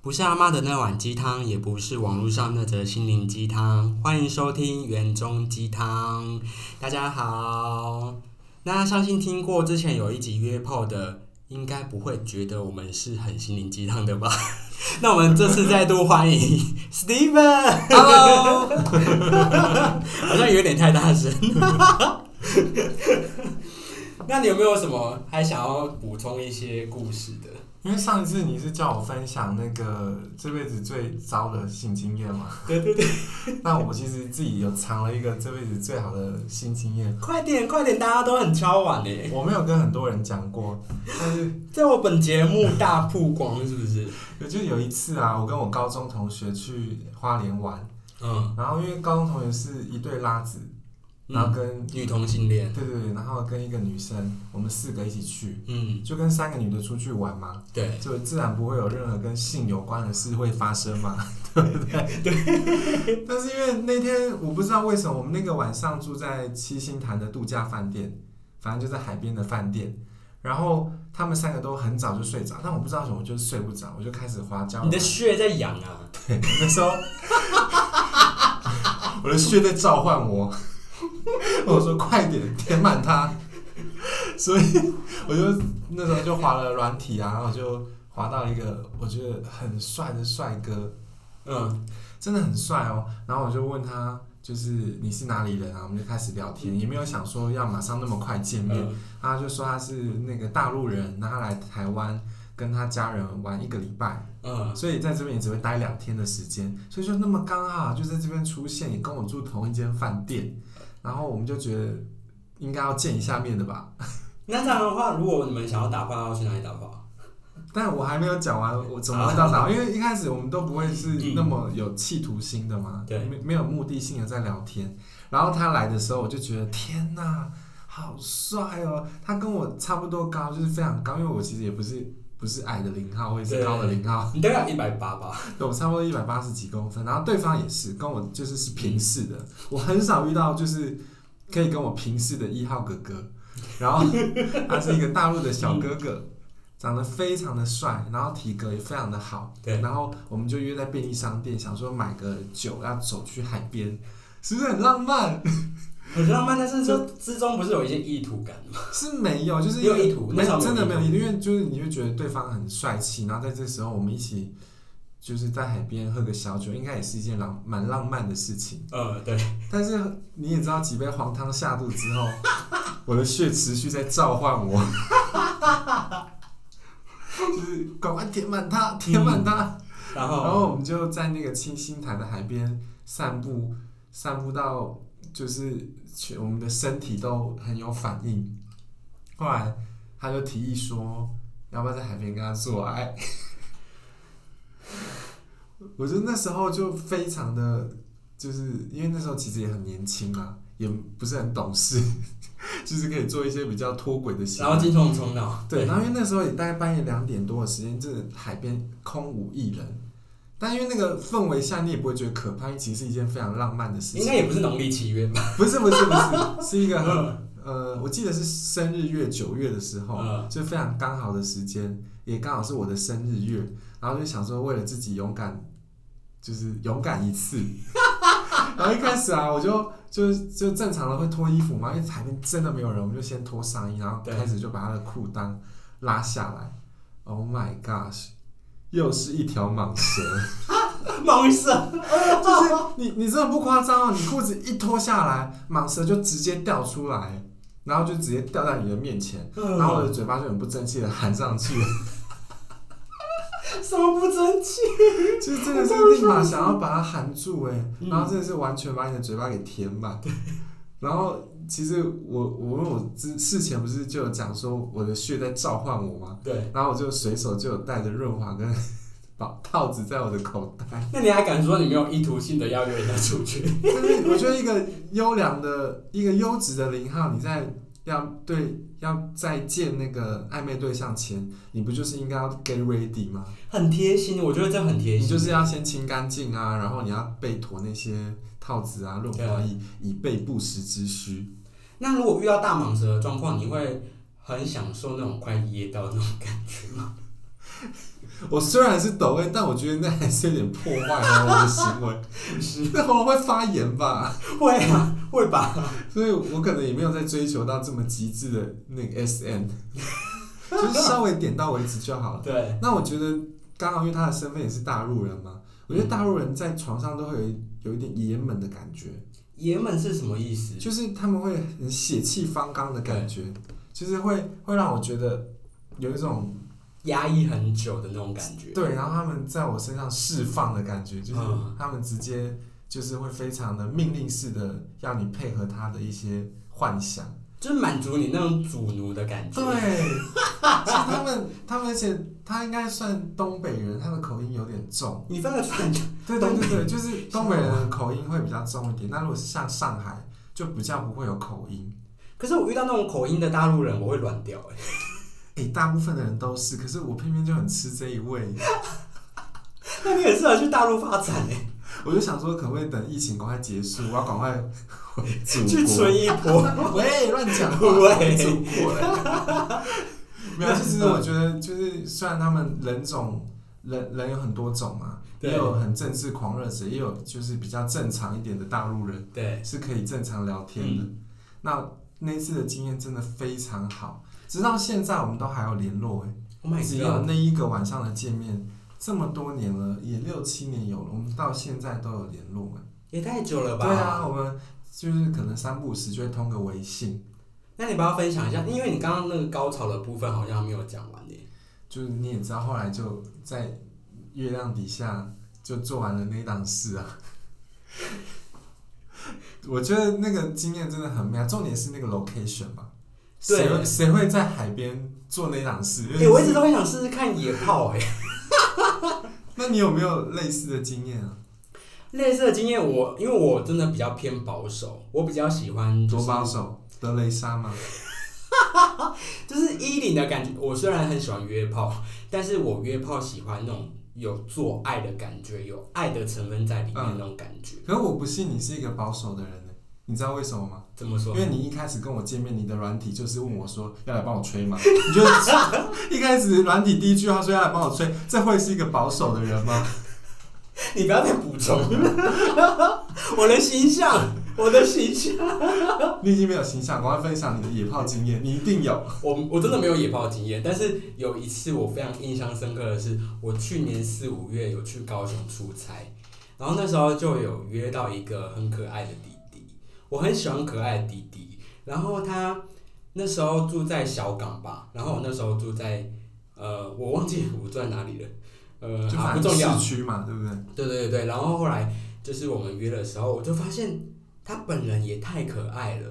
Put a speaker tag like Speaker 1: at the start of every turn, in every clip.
Speaker 1: 不是阿妈的那碗鸡汤，也不是网络上那则心灵鸡汤。欢迎收听园中鸡汤。大家好，那相信听过之前有一集约炮的，应该不会觉得我们是很心灵鸡汤的吧？ 那我们这次再度欢迎 Steven。Hello，好像有点太大声。 那你有没有什么还想要补充一些故事的？
Speaker 2: 因为上一次你是叫我分享那个这辈子最糟的性经验嘛？
Speaker 1: 对对对，
Speaker 2: 那我其实自己有藏了一个这辈子最好的性经验，
Speaker 1: 快点快点，大家都很敲碗欸嘞！
Speaker 2: 我没有跟很多人讲过，但是
Speaker 1: 在我本节目大曝光是不是？
Speaker 2: 有就有一次啊，我跟我高中同学去花莲玩，
Speaker 1: 嗯，
Speaker 2: 然后因为高中同学是一对拉子，然后
Speaker 1: 嗯
Speaker 2: 跟、
Speaker 1: 女同性恋，
Speaker 2: 对对对，然后跟一个女生，我们四个一起去，
Speaker 1: 嗯，
Speaker 2: 就跟三个女的出去玩嘛，
Speaker 1: 对，
Speaker 2: 就自然不会有任何跟性有关的事会发生嘛，对不对？对。 但是因为那天我不知道为什么，我们那个晚上住在七星潭的度假饭店，反正就在海边的饭店，然后他们三个都很早就睡着，但我不知道为什么我就是睡不着，我就开始滑
Speaker 1: 你
Speaker 2: 胶软
Speaker 1: 的
Speaker 2: 体。
Speaker 1: 血在痒啊！
Speaker 2: 那时候， 我的血在召唤我， 我说快点填满它，所以我就那时候就滑了软体啊，然后就滑到一个我觉得很帅的帅哥，
Speaker 1: 嗯，
Speaker 2: 真的很帅哦。然后我就问他，就是你是哪里人啊？我们就开始聊天，也没有想说要马上那么快见面。
Speaker 1: 嗯
Speaker 2: 他就说他是那个大陆人，然后他来台湾跟他家人玩一个礼拜。
Speaker 1: 嗯，
Speaker 2: 所以在这边也只会待两天的时间，所以就那么刚好就在这边出现，也跟我住同一间饭店，然后我们就觉得应该要见一下面的吧。
Speaker 1: 那这样的话，如果你们想要打炮，要去哪里打炮？
Speaker 2: 但我还没有讲完，我怎么会到哪？因为一开始我们都不会是那么有企图心的嘛，
Speaker 1: 对
Speaker 2: 没没有目的性的在聊天。然后他来的时候，我就觉得天哪，好帅哦！他跟我差不多高，就是非常高，因为我其实也不是不是矮的零号，我也是高的零号，
Speaker 1: 你大概一百八吧？
Speaker 2: 对我差不多一百八十几公分，然后对方也是跟我就是是平视的，我很少遇到就是可以跟我平视的一号哥哥，然后他是一个大陆的小哥哥，长得非常的帅，然后体格也非常的好，
Speaker 1: 对
Speaker 2: 然后我们就约在便利商店，想说买个酒要走去海边，是不是很浪漫？
Speaker 1: 很浪漫，但是这之中不是有一些意图感吗？
Speaker 2: 是没有，就是
Speaker 1: 没有
Speaker 2: 因为
Speaker 1: 意图
Speaker 2: 没
Speaker 1: 那时候
Speaker 2: 有
Speaker 1: 没有
Speaker 2: 真的没有
Speaker 1: 意
Speaker 2: 意图，因为就是你就觉得对方很帅气，然后在这时候我们一起就是在海边喝个小酒，应该也是一件浪蛮浪漫的事情。
Speaker 1: 嗯，对，
Speaker 2: 但是你也知道，几杯黄汤下肚 之后，我的血持续在召唤我，就是赶快填满它，填满它。
Speaker 1: 然
Speaker 2: 然
Speaker 1: 后
Speaker 2: 后我们就在那个清新潭的海边散步，散步到就是全我们的身体都很有反应。后来他就提议说，要不要在海边跟他做爱？ 我就那时候就非常的，就是因为那时候其实也很年轻嘛，也不是很懂事， 就是可以做一些比较脱轨的行
Speaker 1: 然后
Speaker 2: 为。
Speaker 1: 精虫充脑，
Speaker 2: 对，然后因为那时候也大概半夜两点多的时间，这海边空无一人。但因为那个氛围下，你也不会觉得可怕，因为其实是一件非常浪漫的事
Speaker 1: 应
Speaker 2: 情
Speaker 1: 该。也不是农历七月吧？
Speaker 2: 不是不是不是，是一个很
Speaker 1: 嗯
Speaker 2: 呃，我记得是生日月九月的时候，
Speaker 1: 嗯
Speaker 2: 就非常刚好的时间，也刚好是我的生日月，然后就想说为了自己勇敢，就是 勇敢一次。然后一开始啊，我就就就正常的会脱衣服嘛，因为海边真的没有人，我们就先脱上衣，然后
Speaker 1: 对
Speaker 2: 开始就把他的裤裆拉下来。Oh my gosh，又是一条蟒蛇。
Speaker 1: 毛医生，
Speaker 2: 就是你，你真的不夸张哦！你裤子一脱下来，蟒蛇就直接掉出来，然后就直接掉在你的面前，
Speaker 1: 嗯
Speaker 2: 然后我的嘴巴就很不争气的含上去，
Speaker 1: 什么不争气？
Speaker 2: 就是真的是立马想要把它含住哎、然后真的是完全把你的嘴巴给填满。 然后其实我我问我之事前不是就有讲说我的血在召唤我吗？
Speaker 1: 对，
Speaker 2: 然后我就随手就有带着润滑跟 把套子在我的口袋。
Speaker 1: 那你还敢说你没有意图性的要约人家出去？
Speaker 2: 但是我觉得一个优良的、一个优质的零号，你在要对要在见那个暧昧对象前，你不就是应该要 get ready 吗？
Speaker 1: 很贴心，我觉得这很贴
Speaker 2: 你
Speaker 1: 心，
Speaker 2: 就是要先清干净啊，然后你要备妥那些套子啊、润滑液，以备不时之需。
Speaker 1: 那如果遇到大蟒蛇的状况，你会很享受那种快噎到的那种感觉吗？
Speaker 2: 我虽然是抖 A，但我觉得那还是有点破坏了我的行为，那喉咙会发炎吧？
Speaker 1: 会啊，会吧？
Speaker 2: 所以我可能也没有在追求到这么极致的那个 SM，就是稍微点到为止就好了。
Speaker 1: 对，
Speaker 2: 那我觉得刚好因为他的身份也是大陆人嘛，我觉得大陆人在床上都会有一有一点爷们的感觉，
Speaker 1: 爷们是什么意思？
Speaker 2: 就是他们会很血气方刚的感觉，就是会会让我觉得有一种
Speaker 1: 压抑很久的那种感觉。
Speaker 2: 对，然后他们在我身上释放的感觉，就是
Speaker 1: 嗯
Speaker 2: 他们直接就是会非常的命令式的要你配合他的一些幻想。
Speaker 1: 就是满足你那种主奴的感觉。
Speaker 2: 对，其实他们他们而且他应该算东北人，他的口音有点重。
Speaker 1: 你分得出来？
Speaker 2: 对对对对， 就是东北人的口音会比较重一点。那如果是像上海，就比较不会有口音。
Speaker 1: 可是我遇到那种口音的大陆人，我会软掉哎、
Speaker 2: 诶、大部分的人都是，可是我偏偏就很吃这一味。
Speaker 1: 那你很适合去大陆发展哎、
Speaker 2: 我就想说，可不可以等疫情赶快结束，我要赶快回祖国。
Speaker 1: 去存一波。
Speaker 2: 喂，乱讲话，
Speaker 1: 喂
Speaker 2: 祖国嘞 没有，其实我觉得就是，虽然他们人种人人有很多种嘛，
Speaker 1: 对
Speaker 2: 也有很政治狂热者，也有就是比较正常一点的大陆人，
Speaker 1: 对，
Speaker 2: 是可以正常聊天的。
Speaker 1: 嗯
Speaker 2: 那那次的经验真的非常好，直到现在我们都还有联络、欸，
Speaker 1: ，Oh my
Speaker 2: 只
Speaker 1: god，
Speaker 2: 有那一个晚上的见面，这么多年了，也六七年有了，我们到现在都有联络、欸，
Speaker 1: 也太久了吧？
Speaker 2: 对啊，我们就是可能三不五时就会通个微信。
Speaker 1: 那你不要分享一下，因为你刚刚那个高潮的部分好像没有讲完欸耶。
Speaker 2: 就是你也知道，后来就在月亮底下就做完了那档事啊。 我觉得那个经验真的很美啊，重点是那个 location 嘛，
Speaker 1: 对
Speaker 2: 谁会谁会在海边做那档事？
Speaker 1: 哎、我一直都很想试试看野炮哎、
Speaker 2: 那你有没有类似的经验啊？
Speaker 1: 类似的经验我，因为我真的比较偏保守，我比较喜欢就是
Speaker 2: 夺宝手德雷莎吗？
Speaker 1: 就是衣领的感觉。我虽然很喜欢约炮，但是我约炮喜欢那种有做爱的感觉，有爱的成分在里面
Speaker 2: 嗯
Speaker 1: 那种感觉。
Speaker 2: 可是我不信你是一个保守的人呢、你知道为什么吗？
Speaker 1: 怎么说
Speaker 2: 因？为你一开始跟我见面，你的软体就是问我说要来帮我吹嘛，你就 一开始软体第一句话说要来帮我吹，这会是一个保守的人吗？
Speaker 1: 你不要再补充， 我的形象，我的形象，
Speaker 2: 你已经没有形象，赶快分享你的野炮经验，你一定有。
Speaker 1: 我我真的没有野炮经验，但是有一次我非常印象深刻的是，我去年四五月有去高雄出差，然后那时候就有约到一个很可爱的弟弟，我很喜欢可爱的弟弟，然后他那时候住在小港吧，然后我那时候住在呃，我忘记 我住在哪里了，呃，
Speaker 2: 就
Speaker 1: 好
Speaker 2: 反
Speaker 1: 不
Speaker 2: 正
Speaker 1: 重要
Speaker 2: 市，区嘛，对不对？
Speaker 1: 对对对，然后后来就是我们约的时候，我就发现他本人也太可爱了，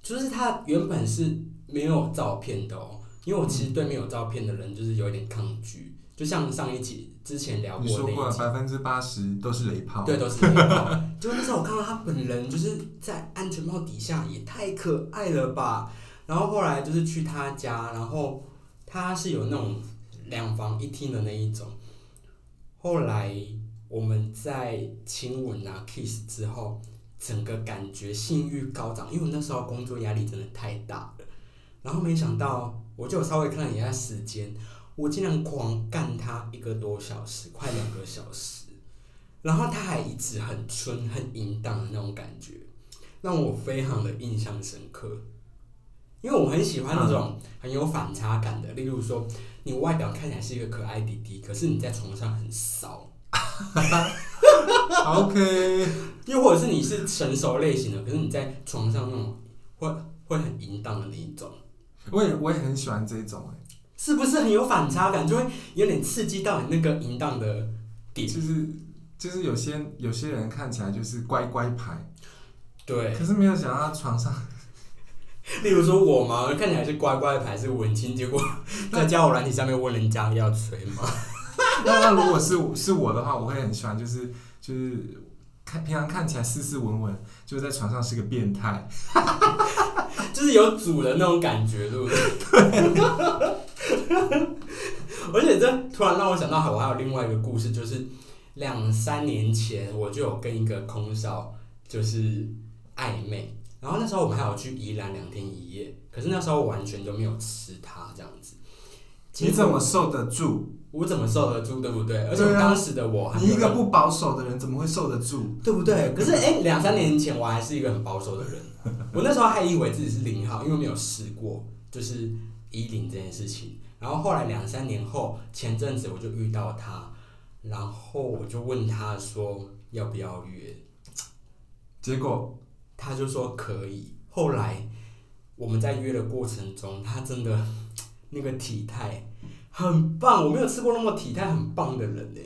Speaker 1: 就是他原本是没有照片的哦，因为我其实对没有照片的人就是有一点抗拒，就像上一集之前聊
Speaker 2: 你
Speaker 1: 过
Speaker 2: 说过
Speaker 1: 那一
Speaker 2: 了，
Speaker 1: 集。
Speaker 2: 百分之八十都是雷炮。
Speaker 1: 对，，都是黑豹。就那时候我看到他本人，就是在安全帽底下，也太可爱了吧。然后后来就是去他家，然后他是有那种两房一厅的那一种。后来我们在亲吻啊 kiss 之后，整个感觉性欲高涨，因为我那时候工作压力真的太大了。然后没想到，我就有稍微看了一下时间，我竟然狂干他一个多小时，快两个小时。然后他还一直很春、很淫荡的那种感觉，让我非常的印象深刻。因为我很喜欢那种很有反差感的，例如说，你外表看起来是一个可爱弟弟，可是你在床上很骚，
Speaker 2: OK，
Speaker 1: 又或者是你是成熟类型的，可是你在床上那种会会很淫荡的那一种，
Speaker 2: 我也我也很喜欢这种、欸，
Speaker 1: 是不是很有反差感？就会有点刺激到你那个淫荡的点。
Speaker 2: 就是就是有些有些人看起来就是乖乖牌，
Speaker 1: 对，
Speaker 2: 可是没有想到他床上，
Speaker 1: 例如说我嘛，看起来是乖乖牌，是文青，结 果在交友软体上面问人家要吹嘛，
Speaker 2: 那那如果是我是我的话，我会很喜欢，就是就是看平常看起来斯斯文文，就在床上是个变态。
Speaker 1: 就是有主的那种感觉，对不对？ 而且这突然让我想到，我还有另外一个故事，就是两三年前我就有跟一个空少就是暧昧，然后那时候我们还有去宜兰两天一夜，可是那时候我完全都没有吃他这样子。
Speaker 2: 你怎么受得住？
Speaker 1: 我怎么受得住，对不对？而且
Speaker 2: 对啊
Speaker 1: 当时的我还
Speaker 2: 你一
Speaker 1: 没有
Speaker 2: 个不保守的人怎么会受得住？
Speaker 1: 对不对？可是哎，两、三年前我还是一个很保守的人，我那时候还以为自己是零号，因为没有试过就是一零这件事情。然后后来两三年后，前阵子我就遇到他，然后我就问他说要不要约，
Speaker 2: 结果
Speaker 1: 他就说可以。后来我们在约的过程中，他真的那个体态很棒，我没有吃过那么体态很棒的人哎、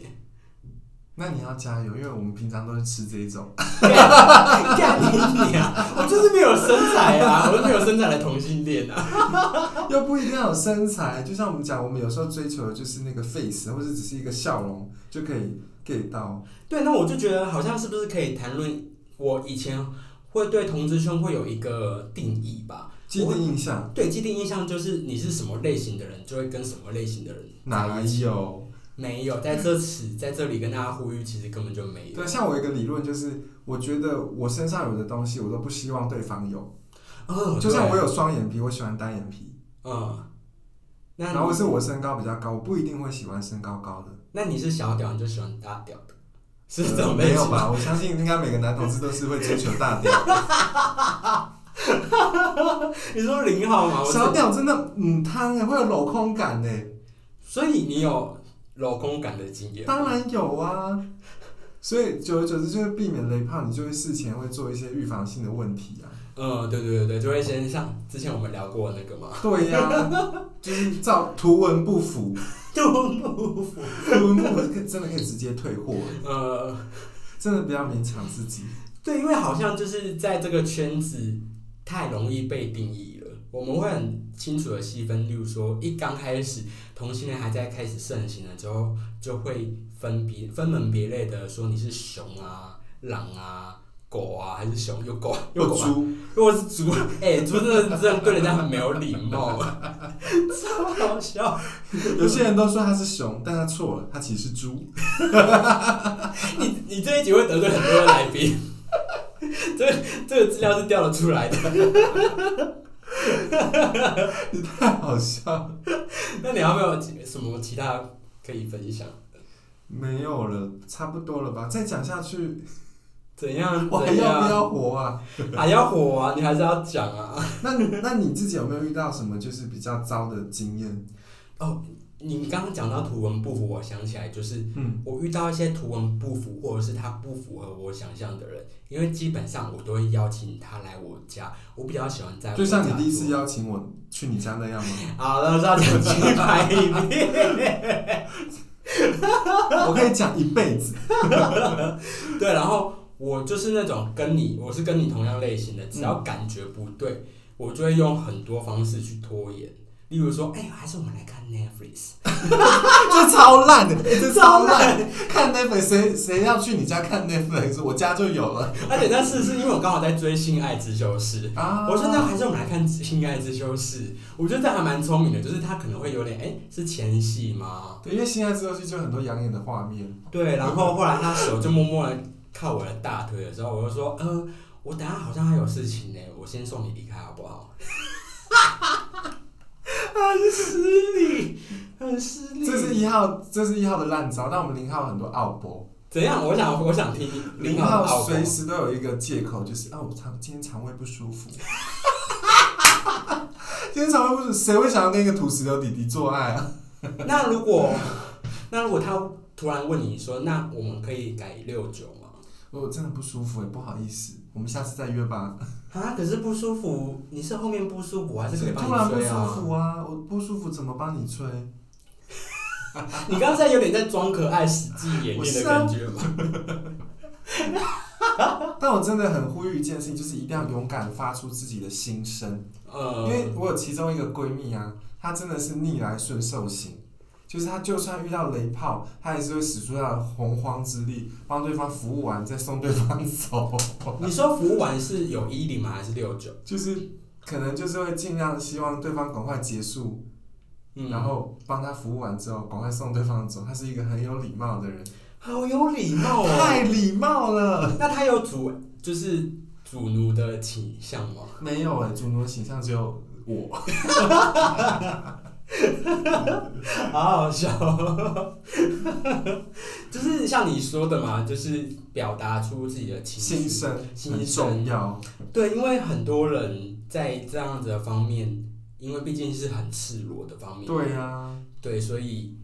Speaker 2: 那你要加油，因为我们平常都是吃这一 种。
Speaker 1: 干 干你娘！我就是没有身材啊，我是没有身材的同性恋啊。
Speaker 2: 又不一定要有身材，就像我们讲，我们有时候追求的就是那个 face，或者只是一个笑容就可以 get 到。
Speaker 1: 对，那我就觉得好像是不是可以谈论我以前会对同志圈会有一个定义吧？
Speaker 2: 既定印象
Speaker 1: 对，既定印象就是你是什么类型的人，就会跟什么类型的人
Speaker 2: 哪
Speaker 1: 在一起。
Speaker 2: 有？
Speaker 1: 没有，在这此在这里跟大家呼吁，其实根本就没有。
Speaker 2: 对，像我有一个理论就是，我觉得我身上有的东西，我都不希望对方有。
Speaker 1: 嗯，
Speaker 2: 就像
Speaker 1: 对
Speaker 2: 我，有双眼皮，我喜欢单眼皮，
Speaker 1: 嗯，那
Speaker 2: 然后是我身高比较高，我不一定会喜欢身高高的。
Speaker 1: 那你是小屌，你就喜欢大屌的，是
Speaker 2: 呃
Speaker 1: 这种类
Speaker 2: 没
Speaker 1: 型
Speaker 2: 有？吧？我相信应该每个男同志都是会追求 大屌，
Speaker 1: 你说零号吗？我
Speaker 2: 小
Speaker 1: 是，
Speaker 2: 屌真的嗯，汤哎，会有镂空感哎。
Speaker 1: 所以你有镂空感的经验吗？
Speaker 2: 当然有啊，所以久而久之就会避免雷胖，你就会事前会做一些预防性的问题啊。
Speaker 1: 嗯，对对对对，就会先像之前我们聊过那个 嘛，
Speaker 2: 对呀、就是照图文不符，
Speaker 1: 多不服。
Speaker 2: 图文不符可以真的可以直接退货，
Speaker 1: 呃，
Speaker 2: 真的不要勉强自己。
Speaker 1: 对，因为好像就是在这个圈子太容易被定义了，我们会很清楚的细分，例如说一刚开始同性恋还在开始盛行的时候，就会分别分门别类的说你是熊啊、狼啊。狗啊，还是熊？有狗，有
Speaker 2: 又
Speaker 1: 狗、啊。
Speaker 2: 猪，
Speaker 1: 如果是猪，哎、猪真的真的对人家很没有礼貌， 超好笑。
Speaker 2: 有些人都说他是熊，但他错了，他其实是猪。
Speaker 1: 你你这一集会得罪很多的来宾， 这个这个资料是调得出来的。
Speaker 2: 你太好笑了，
Speaker 1: 那你还有没有其什么其他可以分享？
Speaker 2: 没有了，差不多了吧？再讲下 去，
Speaker 1: 怎样？
Speaker 2: 我还
Speaker 1: 怎
Speaker 2: 要
Speaker 1: 样
Speaker 2: 不？要活啊？
Speaker 1: 还要火啊？你还是要讲啊？
Speaker 2: 那那你自己有没有遇到什么就是比较糟的经验？
Speaker 1: 你刚刚讲到图文不符，我想起来就是
Speaker 2: 嗯，
Speaker 1: 我遇到一些图文不符，或者是他不符合我想象的人，因为基本上我都会邀请他来我家，我比较喜欢在我
Speaker 2: 就像你
Speaker 1: 家
Speaker 2: 第一次
Speaker 1: 做
Speaker 2: 邀请我去你家那样吗？
Speaker 1: 好了，那我是要讲鸡排里面。
Speaker 2: 我可以讲一辈子。
Speaker 1: 对，然后我就是那种跟你，我是跟你同样类型的，只要感觉不对，我就会用很多方式去拖延。例如说，哎、还是我们来看 Netflix。
Speaker 2: 这超烂的， 欸这
Speaker 1: 超
Speaker 2: 超烂。看 Netflix，谁谁要去你家看 Netflix？我家就有了
Speaker 1: 而且但是是因为我刚好在追《性爱之修士》，
Speaker 2: 啊
Speaker 1: 我说那还是我们来看《性爱之修士》，我觉得这还蛮聪明的，就是他可能会有点，哎、是前戏吗？
Speaker 2: 对，因为《性爱自由戏》就很多养眼的画面，
Speaker 1: 对，然后后来他手就默默的靠我的大腿的时候，我就说，呃，我等下好像还有事情呢、我先送你离开好不好？很失礼，很失礼。
Speaker 2: 这是一号，这是一号的烂招。但我们零号很多奥博，
Speaker 1: 怎样？我想，我想听
Speaker 2: 零
Speaker 1: 浩的
Speaker 2: 号
Speaker 1: 奥
Speaker 2: 随
Speaker 1: 博。
Speaker 2: 时都有一个借口，就是啊，我肠今天肠胃不舒服。 今天肠胃不舒服，谁会想要跟一个土石流弟弟做爱啊？
Speaker 1: 那如果，那如果他突然问你说，那我们可以改六九吗？
Speaker 2: 我哦真的不舒服，也欸不好意思，我们下次再约吧。
Speaker 1: 啊，可是不舒服，你是后面不舒服，还是可以帮
Speaker 2: 突然
Speaker 1: 你
Speaker 2: 不
Speaker 1: 吹
Speaker 2: 舒
Speaker 1: 啊？
Speaker 2: 服啊，我不舒服怎么帮你吹？
Speaker 1: 你刚才有点在装可爱、实际演
Speaker 2: 我
Speaker 1: 练的
Speaker 2: 是啊
Speaker 1: 感觉吗？
Speaker 2: 但我真的很呼吁一件事情，就是一定要勇敢发出自己的心声。
Speaker 1: 呃，
Speaker 2: 因为我有其中一个闺蜜啊，她真的是逆来顺受型，就是她就算遇到雷炮，她也是会使出她的洪荒之力，帮对方服务完再送对方走。
Speaker 1: 你说服务完是有一零吗？还是六九？
Speaker 2: 就是可能就是会尽量希望对方赶快结束，
Speaker 1: 嗯，
Speaker 2: 然后帮他服务完之后赶快送对方走。她是一个很有礼貌的人，
Speaker 1: 好有礼貌哦。
Speaker 2: 太礼貌了。
Speaker 1: 那他有主就是主奴欸的倾向吗？
Speaker 2: 没有哎、主奴的形象只有我。
Speaker 1: 好好笑哦， 就是像你说的嘛，就是表达出自己的情
Speaker 2: 心
Speaker 1: 绪。
Speaker 2: 声
Speaker 1: 心
Speaker 2: 很
Speaker 1: 声
Speaker 2: 重要，
Speaker 1: 对，因为很多人在这样子的方面，因为毕竟是很赤裸的方面，
Speaker 2: 对啊，
Speaker 1: 对，所以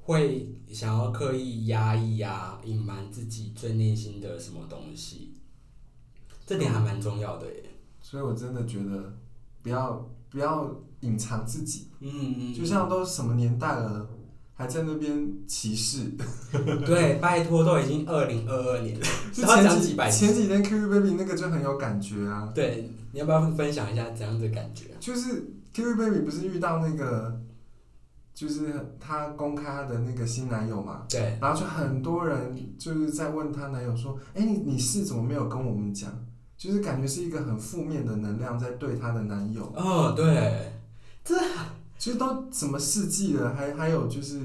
Speaker 1: 会想要刻意压抑啊，隐瞒自己最内心的什么东西，这点还蛮重要的耶。
Speaker 2: 所以我真的觉得不要不要隐藏自己。
Speaker 1: 嗯
Speaker 2: 就像都什么年代了，还在那边歧 视。
Speaker 1: 对，拜托，都已经二零二二年了，
Speaker 2: 就
Speaker 1: 然后
Speaker 2: 前
Speaker 1: 讲几
Speaker 2: 几
Speaker 1: 百
Speaker 2: 前
Speaker 1: 次。
Speaker 2: 几天 Q Q Baby 那个就很有感觉啊，
Speaker 1: 对，你要不要分享一下怎样的感觉？啊
Speaker 2: 就是 Q Q Baby 不是遇到那个，就是她公开她的那个新男友嘛，
Speaker 1: 对，
Speaker 2: 然后就很多人就是在问她男友说，哎、你你是怎么没有跟我们讲？就是感觉是一个很负面的能量在对她的男友，
Speaker 1: 哦，对，
Speaker 2: 其实都什么世纪了，还还有就是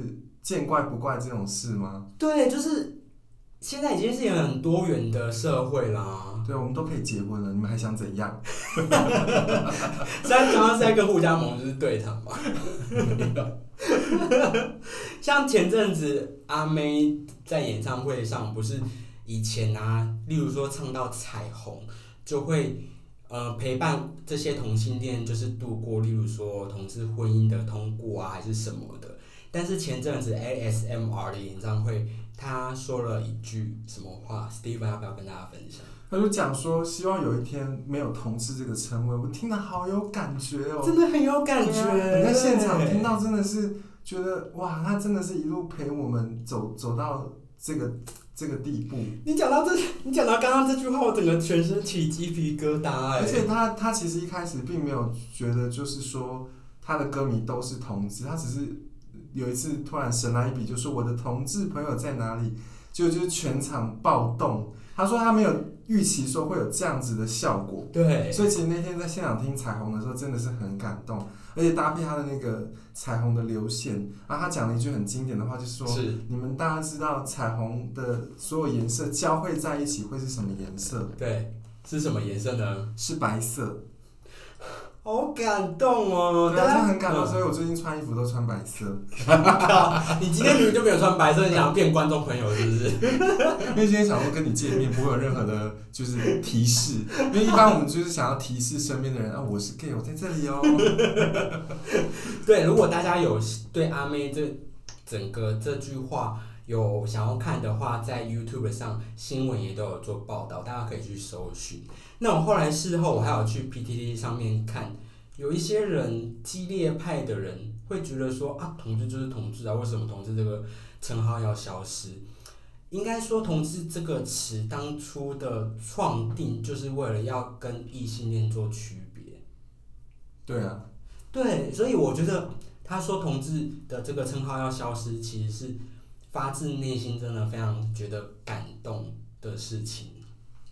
Speaker 2: 见怪不怪这种事吗？
Speaker 1: 对，就是现在已经是一个很多元的社会啦。
Speaker 2: 对，我们都可以结婚了，你们还想怎样？
Speaker 1: 虽然刚刚是在跟互加盟就是对谈嘛，像前阵子阿妹在演唱会上，不是以前啊，例如说唱到彩虹，就会呃陪伴这些同性恋，就是度过，例如说同志婚姻的通过啊，还是什么的。但是前阵子 ASMR 的演唱会，他说了一句什么话？Steven 要不要跟大家分享？
Speaker 2: 他就讲说，希望有一天没有同志这个称谓，我听了好有感觉哦、
Speaker 1: 真的很有感觉。
Speaker 2: 我在现场听到真的是觉得哇，他真的是一路陪我们走走到这个这个地步，
Speaker 1: 你讲到这，你讲到刚刚这句话，我整个全身起鸡皮疙瘩哎、
Speaker 2: 而且他他其实一开始并没有觉得就是说他的歌迷都是同志，他只是有一次突然神来一笔，就说我的同志朋友在哪里，就就是全场暴动。他说他没有预期说会有这样子的效果。
Speaker 1: 对，
Speaker 2: 所以其实那天在现场听彩虹的时候，真的是很感动，而且搭配他的那个彩虹的流线，然后他讲了一句很经典的话，就是说
Speaker 1: 是，
Speaker 2: 你们大家知道彩虹的所有颜色交汇在一起会是什么颜色？
Speaker 1: 对，是什么颜色呢？
Speaker 2: 是白色。
Speaker 1: 好感动哦，
Speaker 2: 对
Speaker 1: 大
Speaker 2: 啊，
Speaker 1: 家
Speaker 2: 就很感动，
Speaker 1: 嗯
Speaker 2: 所以我最近穿衣服都穿白 色，
Speaker 1: 靠你今天明明就没有穿白色，你想变观众朋友是不是？
Speaker 2: 因为今天想说跟你见面不会有任何的，就是提示，因为一般我们就是想要提示身边的人啊，我是 gay，我在这里哦。
Speaker 1: 对，如果大家有对阿妹这整个这句话有想要看的话，在 YouTube 上新闻也都有做报道，大家可以去搜寻。那我后来事后我还有去 PTT 上面看，有一些人激烈派的人会觉得说啊，同志就是同志啊，为什么同志这个称号要消失？应该说，同志这个词当初的创定就是为了要跟异性恋做区别。
Speaker 2: 对啊，
Speaker 1: 对，所以我觉得他说同志的这个称号要消失，其实是发自内心真的非常觉得感动的事情。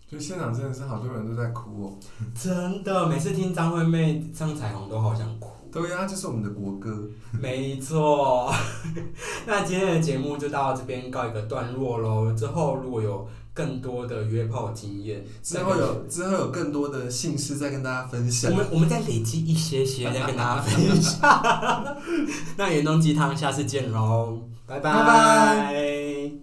Speaker 2: 就现场真的是好多人都在哭哦。
Speaker 1: 嗯真的，每次听张惠妹唱《彩虹》都好想 哭。
Speaker 2: 对啊，这是我们的国歌。
Speaker 1: 没错， 那今天的节目就到这边告一个段落喽。之后如果有更多的约炮经验，
Speaker 2: 之后有之后有更多的姓氏再跟大家分享
Speaker 1: 我。们我们再累积一些些，再跟大家分 享。那原动鸡汤下次见喽，拜
Speaker 2: 拜
Speaker 1: 拜